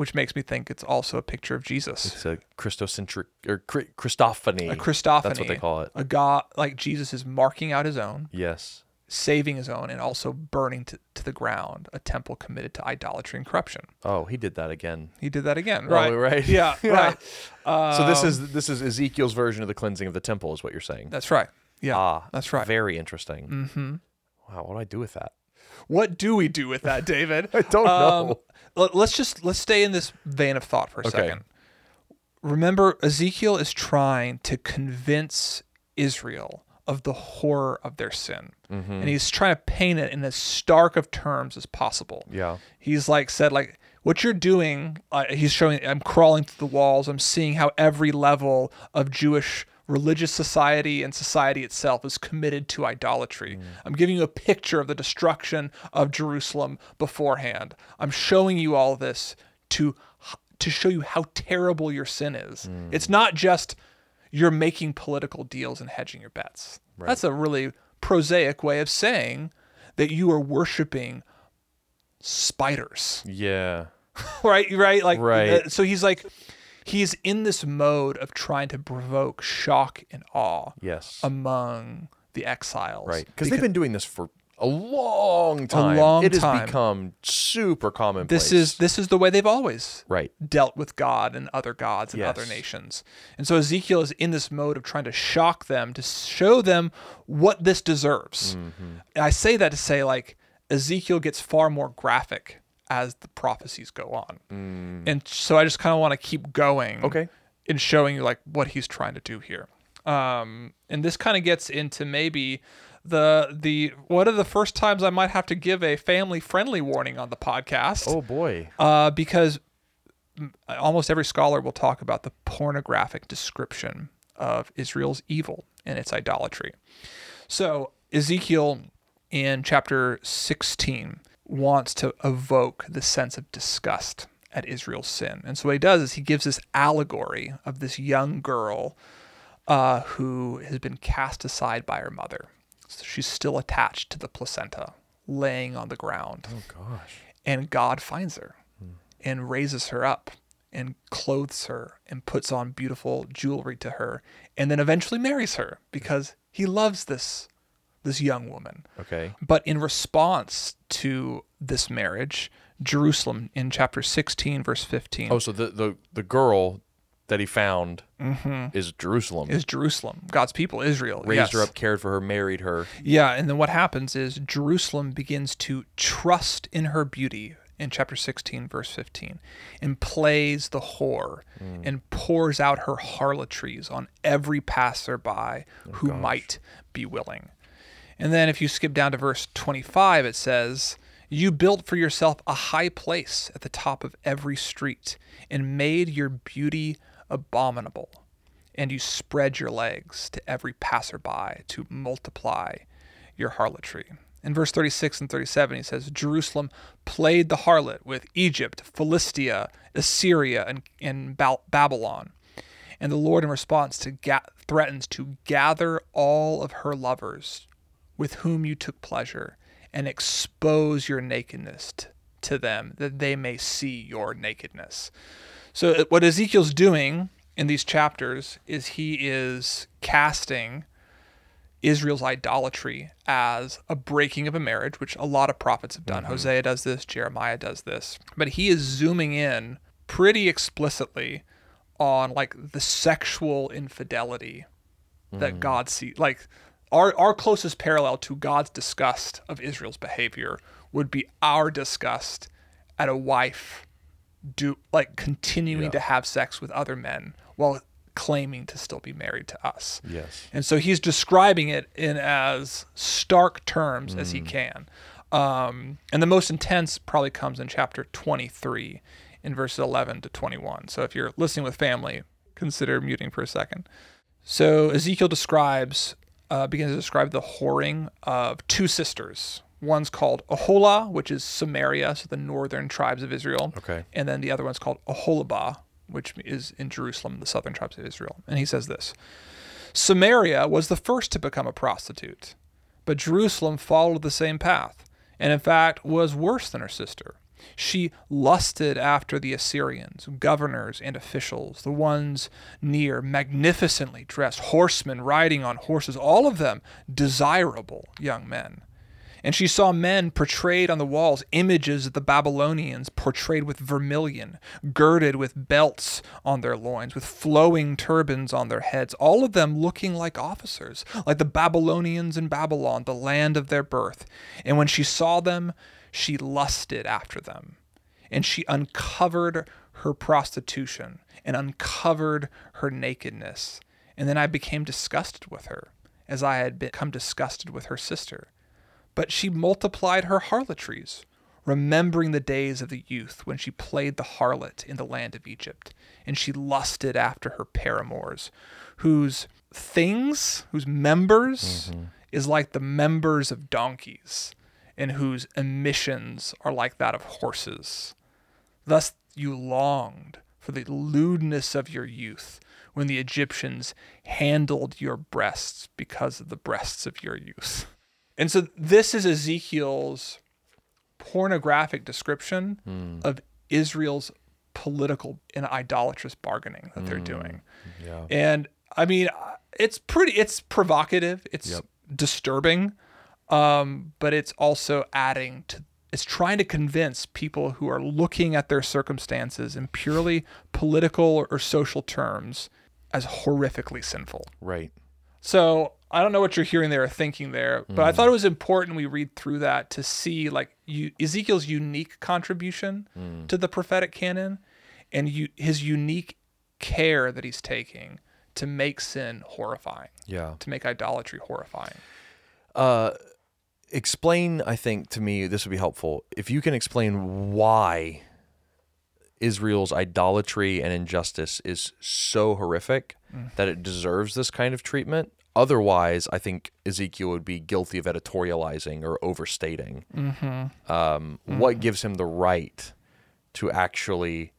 B: which makes me think it's also a picture of Jesus,
A: it's a christocentric or Chri- christophany
B: a Christophany.
A: that's what they call it
B: A God like Jesus is marking out His own,
A: yes
B: saving His own, and also burning to, to the ground a temple committed to idolatry and corruption.
A: oh he did that again
B: He did that again,
A: Oh,
B: right?
A: right.
B: Yeah,
A: Yeah.
B: right. Um,
A: so this is this is ezekiel's version of the cleansing of the temple is what you're saying
B: That's right. Yeah,
A: ah
B: that's right.
A: very interesting mm-hmm wow what do i do with that
B: what do we do with that, David? Um,
A: I don't know.
B: let- let's just let's stay in this vein of thought for a
A: Okay.
B: second. Remember, Ezekiel is trying to convince Israel of the horror of their sin,
A: Mm-hmm.
B: and he's trying to paint it in as stark of terms as possible.
A: Yeah.
B: he's like said like. What you're doing, uh, he's showing. I'm crawling through the walls. I'm seeing how every level of Jewish religious society and society itself is committed to idolatry. I'm giving you a picture of the destruction of Jerusalem beforehand. I'm showing you all this to to show you how terrible your sin is. It's not just you're making political deals and hedging your bets. That's a really prosaic way of saying that you are worshiping spiders
A: yeah
B: right right like
A: Right.
B: uh, so he's like he's in this mode of trying to provoke shock and awe
A: yes
B: Um, among the exiles
A: right because they've been doing this for a long time
B: long
A: it has
B: time.
A: become super commonplace
B: this is this is the way they've always
A: right
B: dealt with god and other gods and other
A: Yes.
B: nations and so ezekiel is in this mode of trying to shock them to show them what this deserves
A: Mm-hmm.
B: and i say that to say like ezekiel gets far more graphic as the prophecies go on and so i just kind of want to keep going
A: Mm. okay
B: in showing you like what he's trying to do here. Um, and this kind of gets into maybe the the one of the first times I might have to give a family friendly warning on the podcast
A: oh boy
B: uh, because m- almost every scholar will talk about the pornographic description of Israel's evil and its idolatry. So Ezekiel in chapter 16 wants to evoke the sense of disgust at Israel's sin. And so what he does is he gives this allegory of this young girl uh, who has been cast aside by her mother. So she's still attached to the placenta, laying on the ground. Oh, gosh. And God finds her
A: Hmm.
B: and raises her up and clothes her and puts on beautiful jewelry to her and then eventually marries her because he loves this this young woman.
A: Okay.
B: But in response to this marriage, Jerusalem in chapter 16 verse 15
A: Oh, so the the, the girl that he found is Jerusalem.
B: Mm-hmm. is Jerusalem, God's people Israel.
A: Raised her
B: yes.
A: up, cared for her, married her.
B: Yeah, and then what happens is Jerusalem begins to trust in her beauty in chapter 16, verse 15, and plays the whore and pours out her harlotries on every passerby who might be willing. And then if you skip down to verse 25, it says, You built for yourself a high place at the top of every street and made your beauty abominable. And you spread your legs to every passerby to multiply your harlotry. In verse 36 and 37, he says, Jerusalem played the harlot with Egypt, Philistia, Assyria, and, and Bal- Babylon. And the Lord, in response, to ga- threatens to gather all of her lovers with whom you took pleasure and expose your nakedness t- to them that they may see your nakedness. So, uh, what Ezekiel's doing in these chapters is he is casting Israel's idolatry as a breaking of a marriage, which a lot of prophets have done. Hosea does this, Jeremiah does this. But he is zooming in pretty explicitly on like the sexual infidelity that God sees. Like our our closest parallel to God's disgust of Israel's behavior would be our disgust at a wife do like continuing to have sex with other men while claiming to still be married to us.
A: Yes.
B: And so he's describing it in as stark terms as he can. Um, and the most intense probably comes in chapter 23 in verses 11 to 21. So if you're listening with family, consider muting for a second. So Ezekiel describes, uh, begins to describe the whoring of two sisters. One's called Ahola, which is Samaria, so the northern tribes of Israel.
A: Okay.
B: And then the other one's called Aholabah, which is in Jerusalem, the southern tribes of Israel. And he says this Samaria was the first to become a prostitute, but Jerusalem followed the same path, and in fact was worse than her sister. She lusted after the Assyrians, governors, and officials, the ones near, magnificently dressed, horsemen riding on horses, all of them desirable young men. And she saw men portrayed on the walls, images of the Babylonians portrayed with vermilion, girded with belts on their loins, with flowing turbans on their heads, all of them looking like officers, like the Babylonians in Babylon, the land of their birth. And when she saw them, she lusted after them. And she uncovered her prostitution and uncovered her nakedness. And then I became disgusted with her, as I had become disgusted with her sister but she multiplied her harlotries, remembering the days of the youth when she played the harlot in the land of Egypt, and she lusted after her paramours, whose things, whose members, is like the members of donkeys, and whose emissions are like that of horses. Thus you longed for the lewdness of your youth when the Egyptians handled your breasts because of the breasts of your youth. And so this is Ezekiel's pornographic description of Israel's political and idolatrous bargaining that they're doing.
A: Yeah.
B: And I mean, it's pretty, it's provocative, it's disturbing, um, but it's also adding to, it's trying to convince people who are looking at their circumstances in purely political or social terms as horrifically sinful.
A: Right.
B: So I don't know what you're hearing there or thinking there, but I thought it was important we read through that to see like you, Ezekiel's unique contribution to the prophetic canon and you, his unique care that he's taking to make sin horrifying,
A: Yeah.
B: to make idolatry horrifying.
A: Uh, explain, I think, to me, this would be helpful. If you can explain why Israel's idolatry and injustice is so horrific that it deserves this kind of treatment, Otherwise, I think Ezekiel would be guilty of editorializing or overstating. Um, What gives him the right to actually,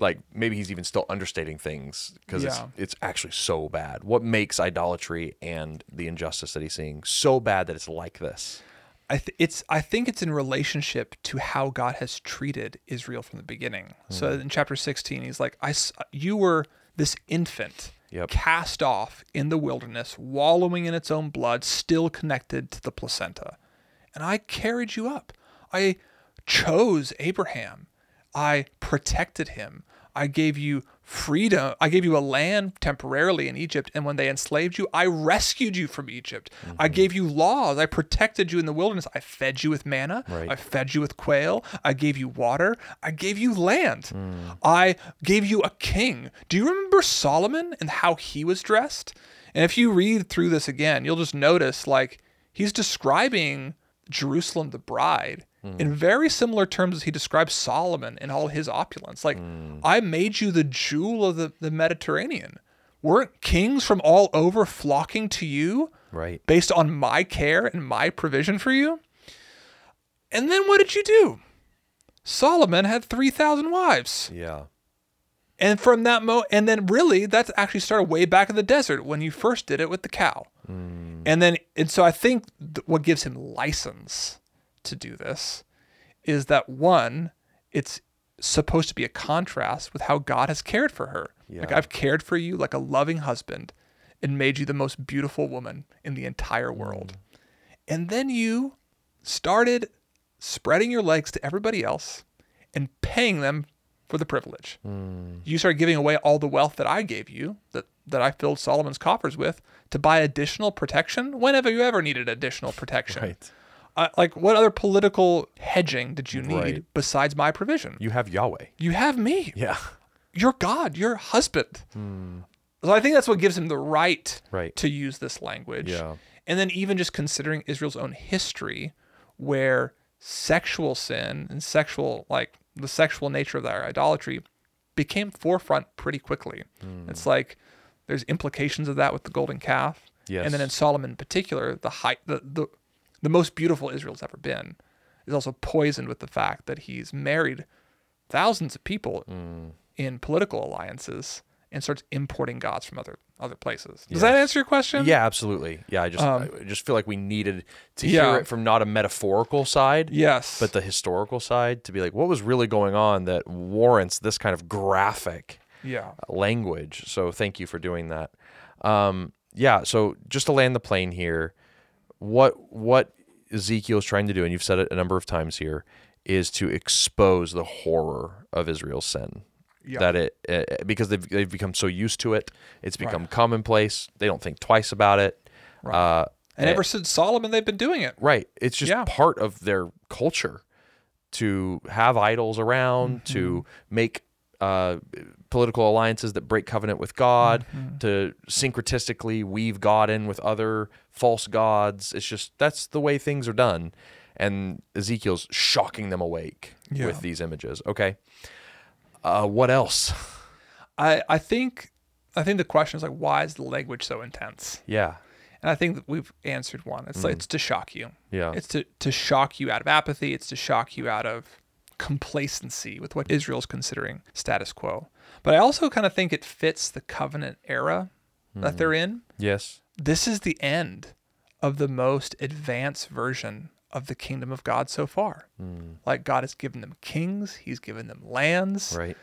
A: like, maybe he's even still understating things because
B: Yeah.
A: it's, it's actually so bad. What makes idolatry and the injustice that he's seeing so bad that it's like this?
B: I th- it's I think it's in relationship to how God has treated Israel from the beginning. So in chapter 16 he's like I s- you were this infant
A: Yep.
B: cast off in the wilderness wallowing in its own blood still connected to the placenta. And I carried you up. I chose Abraham. I protected him. I gave you freedom. I gave you a land temporarily in Egypt. And when they enslaved you, I rescued you from Egypt. I gave you laws. I protected you in the wilderness. I fed you with manna. I fed you with quail. I gave you water. I gave you land. I gave you a king. Do you remember Solomon and how he was dressed? And if you read through this again, you'll just notice like he's describing Jerusalem the bride in very similar terms as he describes Solomon and all his opulence. Like, I made you the jewel of the, the Mediterranean. Weren't kings from all over flocking to you
A: Right.
B: based on my care and my provision for you? And then what did you do? Solomon had 3,000 wives.
A: Yeah.
B: And from that mo, and then really, that's actually started way back in the desert when you first did it with the cow. And then, and so I think th- what gives him license to do this is that one, it's supposed to be a contrast with how God has cared for her. Like,
A: Yeah.
B: I've cared for you like a loving husband and made you the most beautiful woman in the entire world.
A: Mm.
B: And then you started spreading your legs to everybody else and paying them for the privilege.
A: Mm.
B: You started giving away all the wealth that I gave you, that, that I filled Solomon's coffers with, to buy additional protection whenever you ever needed additional protection.
A: Right.
B: I- like, what other political hedging did you need
A: Right.
B: besides my provision?
A: You have Yahweh.
B: You have me.
A: Yeah.
B: You're God. You're husband. So I think that's what gives him the right,
A: Right.
B: to use this language.
A: Yeah.
B: And then even just considering Israel's own history, where sexual sin and sexual like the sexual nature of their idolatry became forefront pretty quickly.
A: Hmm.
B: It's like there's implications of that with the golden calf. And then in
A: Yes.
B: Solomon in particular, the high the, the the most beautiful Israel's ever been is also poisoned with the fact that he's married thousands of people
A: Hmm.
B: in political alliances and starts importing gods from other other places. Does that answer your question?
A: Yeah, absolutely. Yeah, I just I just feel like we needed to
B: Um, Yeah.
A: hear it from not a metaphorical side,
B: Yes.
A: but the historical side to be like, what was really going on that warrants this kind of graphic
B: yeah.
A: language? So thank you for doing that. Um, yeah, so just to land the plane here, what what Ezekiel is trying to do, and you've said it a number of times here, is to expose the horror of Israel's sin.
B: Yeah.
A: That it, it because they've, they've become so used to it, it's become commonplace. They don't think twice about it. Uh,
B: And ever since Solomon they've been doing it.
A: Right. It's just
B: Yeah.
A: part of their culture to have idols around, to
B: Mm-hmm.
A: make uh, political alliances that break covenant with God,
B: Mm-hmm.
A: to syncretistically weave God in with other false gods. It's just that's the way things are done. And Ezekiel's shocking them awake
B: Yeah.
A: with these images. Okay. Uh, what else?
B: I I think I think the question is like why is the language so intense?
A: yeah.
B: And I think that we've answered one. It's like it's to shock you.
A: Mm-hmm. Yeah.
B: It's to, to shock you out of apathy. It's to shock you out of complacency with what Israel's considering status quo. But I also kind of think it fits the covenant era
A: Mm-hmm.
B: that they're in.
A: yes.
B: This is the end of the most advanced version of the kingdom of God so far. Like God has given them kings, He's given them lands
A: Right.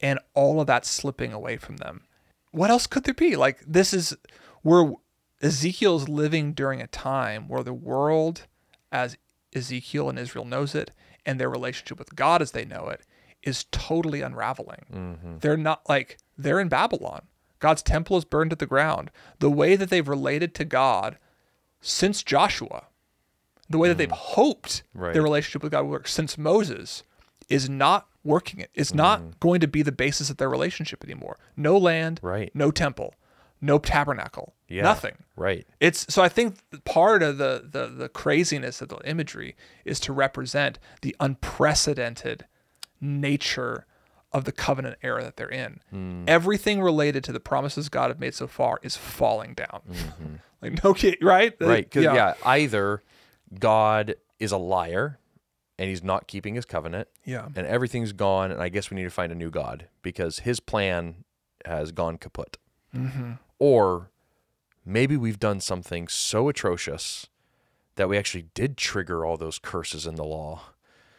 B: and all of that slipping away from them. What else could there be? Like this is where Ezekiel's living during a time where the world as Ezekiel and Israel knows it and their relationship with God as they know it is totally unraveling. They're not like they're in Babylon. God's temple is burned to the ground. The way that they've related to God since Joshua, the way that they've hoped
A: Right.
B: their relationship with God works since Moses is not working it. It's not going to be the basis of their relationship anymore. No land,
A: Right.
B: no temple, no tabernacle,
A: Yeah.
B: nothing.
A: Right.
B: It's so I think part of the, the the craziness of the imagery is to represent the unprecedented nature of the covenant era that they're in.
A: Hmm.
B: Everything related to the promises God have made so far is falling down. like no kid, right?
A: Mm-hmm. Right. 'cause, yeah. either God is a liar and he's not keeping his covenant
B: Yeah.
A: and everything's gone and I guess we need to find a new God because his plan has gone kaput. Or maybe we've done something so atrocious that we actually did trigger all those curses in the law.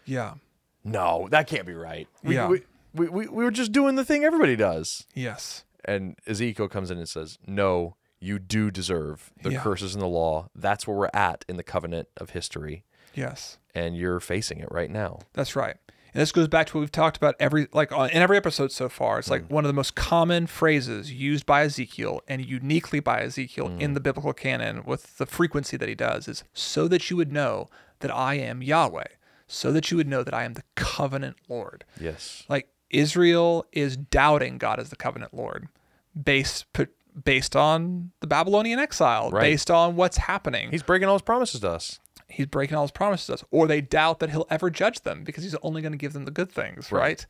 B: Yeah.
A: No, that can't be right. We,
B: Yeah.
A: we, we, we, we were just doing the thing everybody does.
B: Yes.
A: And Ezekiel comes in and says, No, you do deserve the
B: Yeah.
A: curses in the law. That's where we're at in the covenant of history.
B: Yes.
A: And you're facing it right now.
B: That's right. And this goes back to what we've talked about every like on, in every episode so far. It's like one of the most common phrases used by Ezekiel and uniquely by Ezekiel in the biblical canon with the frequency that he does is so that you would know that I am Yahweh, so that you would know that I am the covenant Lord.
A: Yes.
B: Like Israel is doubting God as the covenant Lord based p- based on the Babylonian exile,
A: Right.
B: based on what's happening
A: He's breaking all his promises to us.
B: he's breaking all his promises to us, or they doubt that he'll ever judge them because he's only going to give them the good things, right?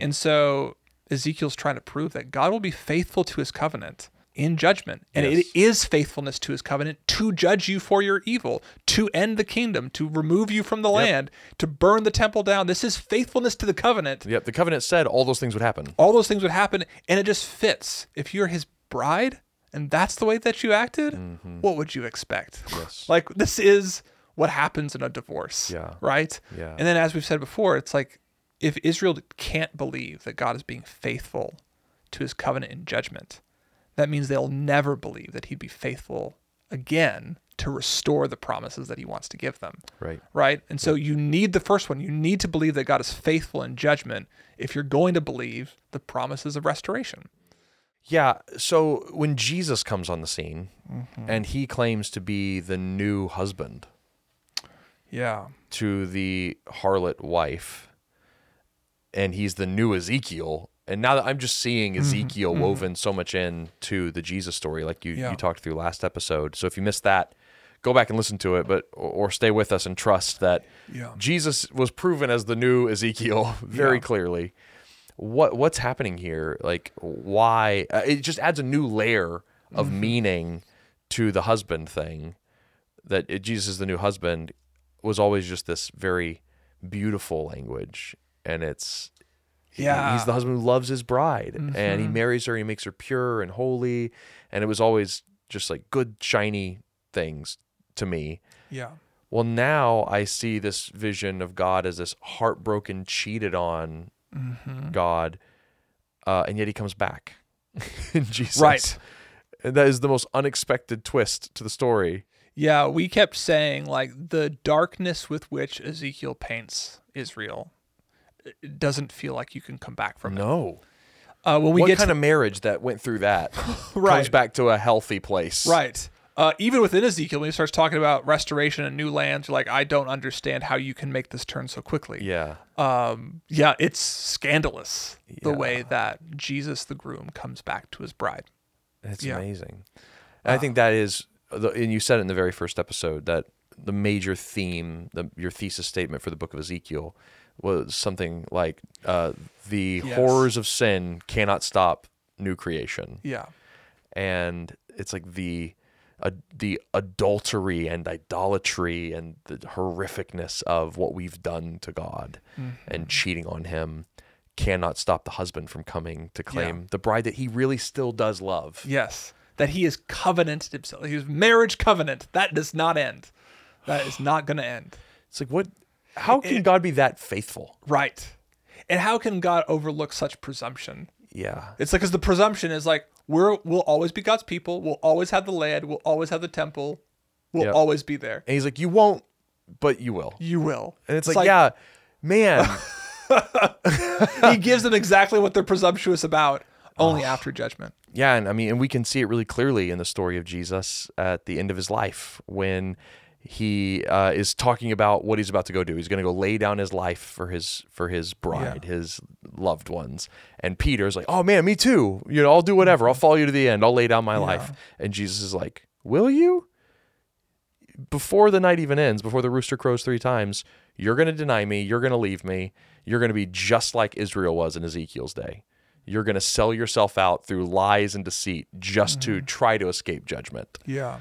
B: And so Ezekiel's trying to prove that God will be faithful to his covenant in judgment. And
A: Yes.
B: it is faithfulness to his covenant to judge you for your evil, to end the kingdom, to remove you from the land, to burn the temple down. This is faithfulness to the covenant.
A: Yep. The covenant said all those things would happen.
B: All those things would happen, and it just fits. If you're his bride and that's the way that you acted, what would you expect?
A: Mm-hmm. Yes.
B: Like this is what happens in a divorce.
A: Yeah.
B: Right?
A: Yeah.
B: And then as we've said before, it's like if Israel can't believe that God is being faithful to his covenant in judgment, that means they'll never believe that he'd be faithful again to restore the promises that he wants to give them.
A: Right.
B: Right? And so you need the first one. You need to believe that God is faithful in judgment if you're going to believe the promises of restoration.
A: Yeah. So when Jesus comes on the scene and he claims to be the new husband
B: Yeah.
A: to the harlot wife, and he's the new Ezekiel. And now that I'm just seeing Ezekiel woven so much in to the Jesus story, like you,
B: Yeah.
A: you talked through last episode. So if you missed that, go back and listen to it, but or, or stay with us and trust that
B: Yeah.
A: Jesus was proven as the new Ezekiel very
B: Yeah.
A: clearly. What what's happening here? Like why? Uh, it just adds a new layer of
B: Mm-hmm.
A: meaning to the husband thing. That it, Jesus is the new husband was always just this very beautiful language, and it's he-
B: Yeah. Mm-hmm.
A: he's the husband who loves his bride, and he marries her, he makes her pure and holy, and it was always just like good shiny things to me.
B: Yeah.
A: Well, now I see this vision of God as this heartbroken, cheated on
B: Mm-hmm.
A: God, uh, and yet He comes back in Jesus.
B: Right.
A: And that is the most unexpected twist to the story.
B: Yeah, we kept saying like the darkness with which Ezekiel paints Israel it doesn't feel like you can come back from it.
A: No.
B: Uh, when we
A: what
B: get
A: kind
B: to,
A: of marriage that went through that comes
B: Right.
A: back to a healthy place?
B: right, uh, even within Ezekiel, when he starts talking about restoration and new lands, you're like, I don't understand how you can make this turn so quickly.
A: Yeah.
B: um, yeah, it's scandalous the
A: Yeah.
B: way that Jesus the groom comes back to his bride.
A: It's
B: Yeah. Uh,
A: amazing. And I think that is, the- and you said it in the very first episode that the major theme, the, your thesis statement for the book of Ezekiel, was something like uh, the
B: Yes.
A: horrors of sin cannot stop new creation,
B: Yeah,
A: and it's like the uh, the adultery and idolatry and the horrificness of what we've done to God
B: Mm-hmm.
A: and cheating on Him cannot stop the husband from coming to claim the bride that he really still does love.
B: yes, that he is covenanted himself. His marriage covenant that does not end. That is not going to end.
A: It's like what? How can God be that faithful?
B: Right. And how can God overlook such presumption?
A: Yeah,
B: It's like because the presumption is like we're we'll always be God's people. We'll always have the land. We'll always have the temple. We'll
A: Yep.
B: always be there.
A: and he's like, you won't, but you will.
B: You will.
A: And it's, like, yeah, man,
B: yeah. he gives them exactly what they're presumptuous about. Only after judgment.
A: yeah, and I mean, and we can see it really clearly in the story of Jesus at the end of his life when he uh, is talking about what he's about to go do. He's going to go lay down his life for his for his bride, his loved ones. And Peter's like, oh man, me too. You know, I'll do whatever. I'll follow you to the end. I'll lay down my life. And Jesus is like, will you? before the night even ends, before the rooster crows three times, you're going to deny me. You're going to leave me. You're going to be just like Israel was in Ezekiel's day. You're going to sell yourself out through lies and deceit just to try to escape judgment.
B: Yeah.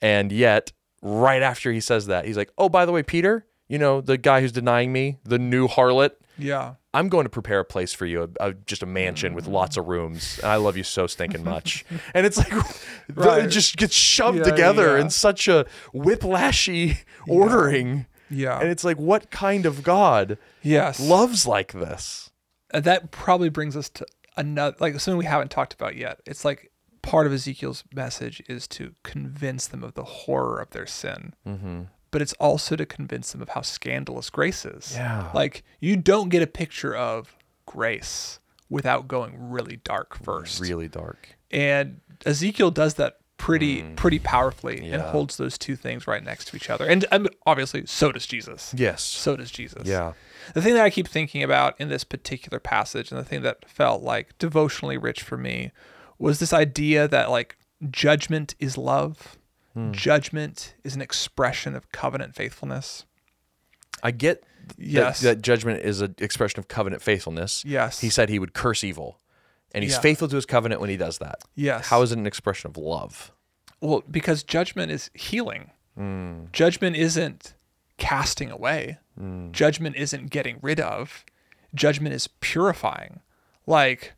A: And yet, right after he says that, he's like, oh, by the way, Peter, you know, the guy who's denying me, the new harlot,
B: Yeah.
A: I'm going to prepare a place for you, a, a- just a mansion with lots of rooms. And I love you so stinking much. and it's like, the- it
B: Right.
A: just gets shoved
B: Yeah,
A: together
B: yeah.
A: in such a whiplashy ordering.
B: Yeah.
A: And it's like, what kind of God
B: yes.
A: loves like this?
B: Uh, that probably brings us to another like something we haven't talked about yet it's like part of ezekiel's message is to convince them of the horror of their sin
A: Mm-hmm.
B: but it's also to convince them of how scandalous grace is
A: Yeah.
B: like you don't get a picture of grace without going really dark first
A: Really dark.
B: and Ezekiel does that pretty
A: Mm.
B: pretty powerfully and holds those two things right next to each other. And um, obviously, so does Jesus.
A: Yes.
B: So does Jesus.
A: Yeah.
B: The thing that I keep thinking about in this particular passage, and the thing that felt like devotionally rich for me, was this idea that like judgment is love.
A: Hmm.
B: Judgment is an expression of covenant faithfulness.
A: I get th-
B: Yes.
A: that, that judgment is an expression of covenant faithfulness.
B: Yes.
A: He said he would curse evil. And he's
B: Yeah.
A: faithful to his covenant when he does that.
B: Yes.
A: How is it an expression of love?
B: Well, because judgment is healing.
A: Hmm.
B: Judgment isn't casting away.
A: Hmm.
B: Judgment isn't getting rid of. Judgment is purifying. Like,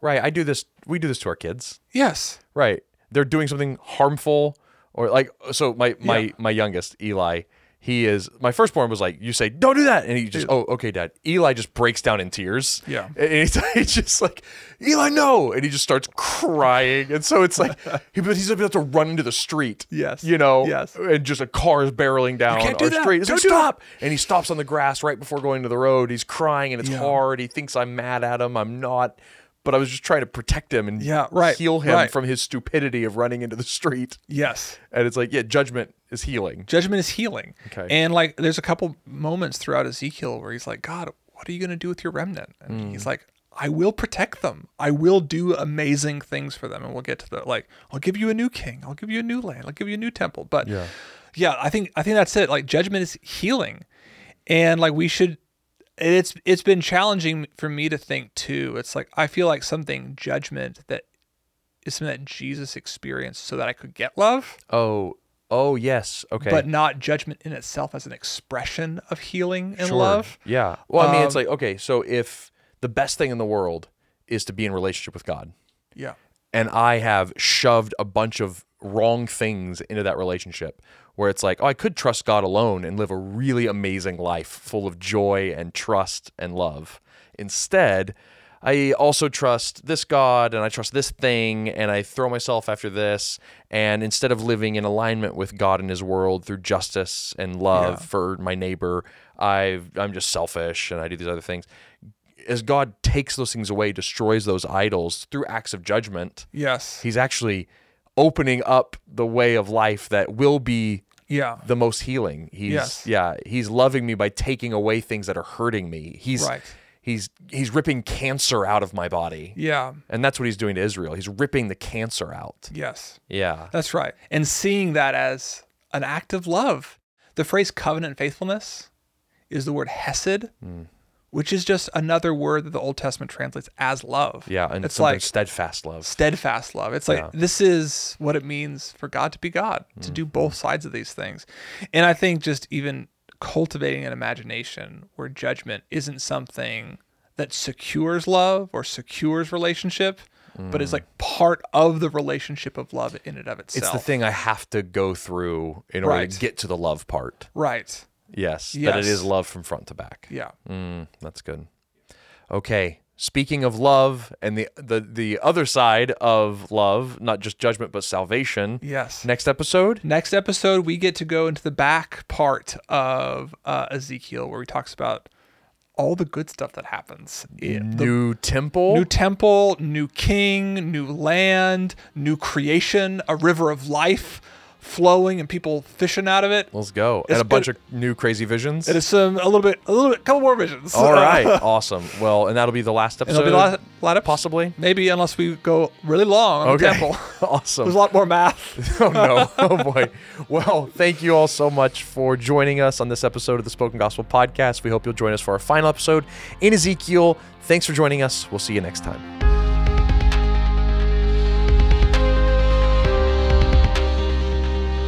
A: Right. I do this. We do this to our kids.
B: yes.
A: Right. They're doing something harmful or like so my my
B: Yeah.
A: my youngest Eli he is my firstborn was like you say don't do that and he just oh okay dad Eli just breaks down in tears
B: Yeah.
A: and he's, he's just like Eli no and he just starts crying and so it's like he, but he's about to run into the street
B: Yes.
A: you know
B: Yes.
A: and just a car is barreling down
B: can't do
A: our
B: that.
A: street It's
B: Don't
A: like,
B: do that.
A: stop and he stops on the grass right before going to the road he's crying and it's
B: Yeah.
A: hard he thinks I'm mad at him I'm not but I was just trying to protect him and
B: Yeah, right,
A: heal him
B: right.
A: from his stupidity of running into the street.
B: Yes.
A: And it's like, yeah, judgment is healing.
B: Judgment is healing.
A: Okay.
B: And like, there's a couple moments throughout Ezekiel where he's like, God, what are you going to do with your remnant? And he's like, I will protect them. I will do amazing things for them. And we'll get to the like, I'll give you a new king. I'll give you a new land. I'll give you a new temple. But yeah, I think I think that's it. Like judgment is healing, and like we should. and It's it's been challenging for me to think too. It's like I feel like something judgment that is something that Jesus experienced so that I could get love
A: Oh, oh yes, okay.
B: but not judgment in itself as an expression of healing and
A: Sure.
B: love. Um,
A: Yeah. Well, I mean, it's like, okay, so if the best thing in the world is to be in relationship with God,
B: Yeah.
A: and I have shoved a bunch of wrong things into that relationship where it's like, oh, I could trust God alone and live a really amazing life full of joy and trust and love. Instead, I also trust this God and I trust this thing and I throw myself after this. And instead of living in alignment with God and His world through justice and love for my neighbor, I've, I'm just selfish and I do these other things. As God takes those things away, destroys those idols through acts of judgment,
B: Yes.
A: he's actually opening up the way of life that will be
B: Yeah.
A: the most healing. He's
B: Yes.
A: yeah, he's loving me by taking away things that are hurting me. He's
B: Right.
A: he's he's ripping cancer out of my body.
B: Yeah.
A: And that's what he's doing to Israel. He's ripping the cancer out.
B: Yes.
A: Yeah.
B: That's right. And seeing that as an act of love. The phrase covenant faithfulness is the word hesed,
A: Hmm.
B: which is just another word that the Old Testament translates as love.
A: Yeah, and
B: it's
A: it's
B: like
A: steadfast love.
B: steadfast love. It's like this is what it means for God to be God, to
A: Mm-hmm.
B: do both sides of these things. And I think just even cultivating an imagination where judgment isn't something that secures love or secures relationship, but is like part of the relationship of love in and of
A: Mm. It's
B: itself.
A: the thing I have to go through in order
B: Right.
A: to get to the love part.
B: Right.
A: Yes, that
B: Yes.
A: it is love from front to back.
B: Yeah.
A: Mm, that's good. Okay. Speaking of love and the, the the other side of love, not just judgment but salvation.
B: Yes.
A: Next episode,
B: Next episode, we get to go into the back part of uh, Ezekiel where he talks about all the good stuff that happens. in the
A: new temple.
B: New temple, new king, new land, new creation, a river of life flowing and people fishing out of it.
A: Let's go.
B: It's
A: and a bunch
B: good-
A: of new crazy visions.
B: It is some a little bit, a little bit, couple more visions.
A: All right. awesome. Well, and that'll be the last episode.
B: It'll be a lot, lot of
A: possibly.
B: Maybe unless we go really long on the
A: Okay.
B: temple.
A: awesome.
B: There's a lot more math.
A: oh no. Oh boy. Well, thank you all so much for joining us on this episode of the Spoken Gospel Podcast. We hope you'll join us for our final episode in Ezekiel. Thanks for joining us. We'll see you next time.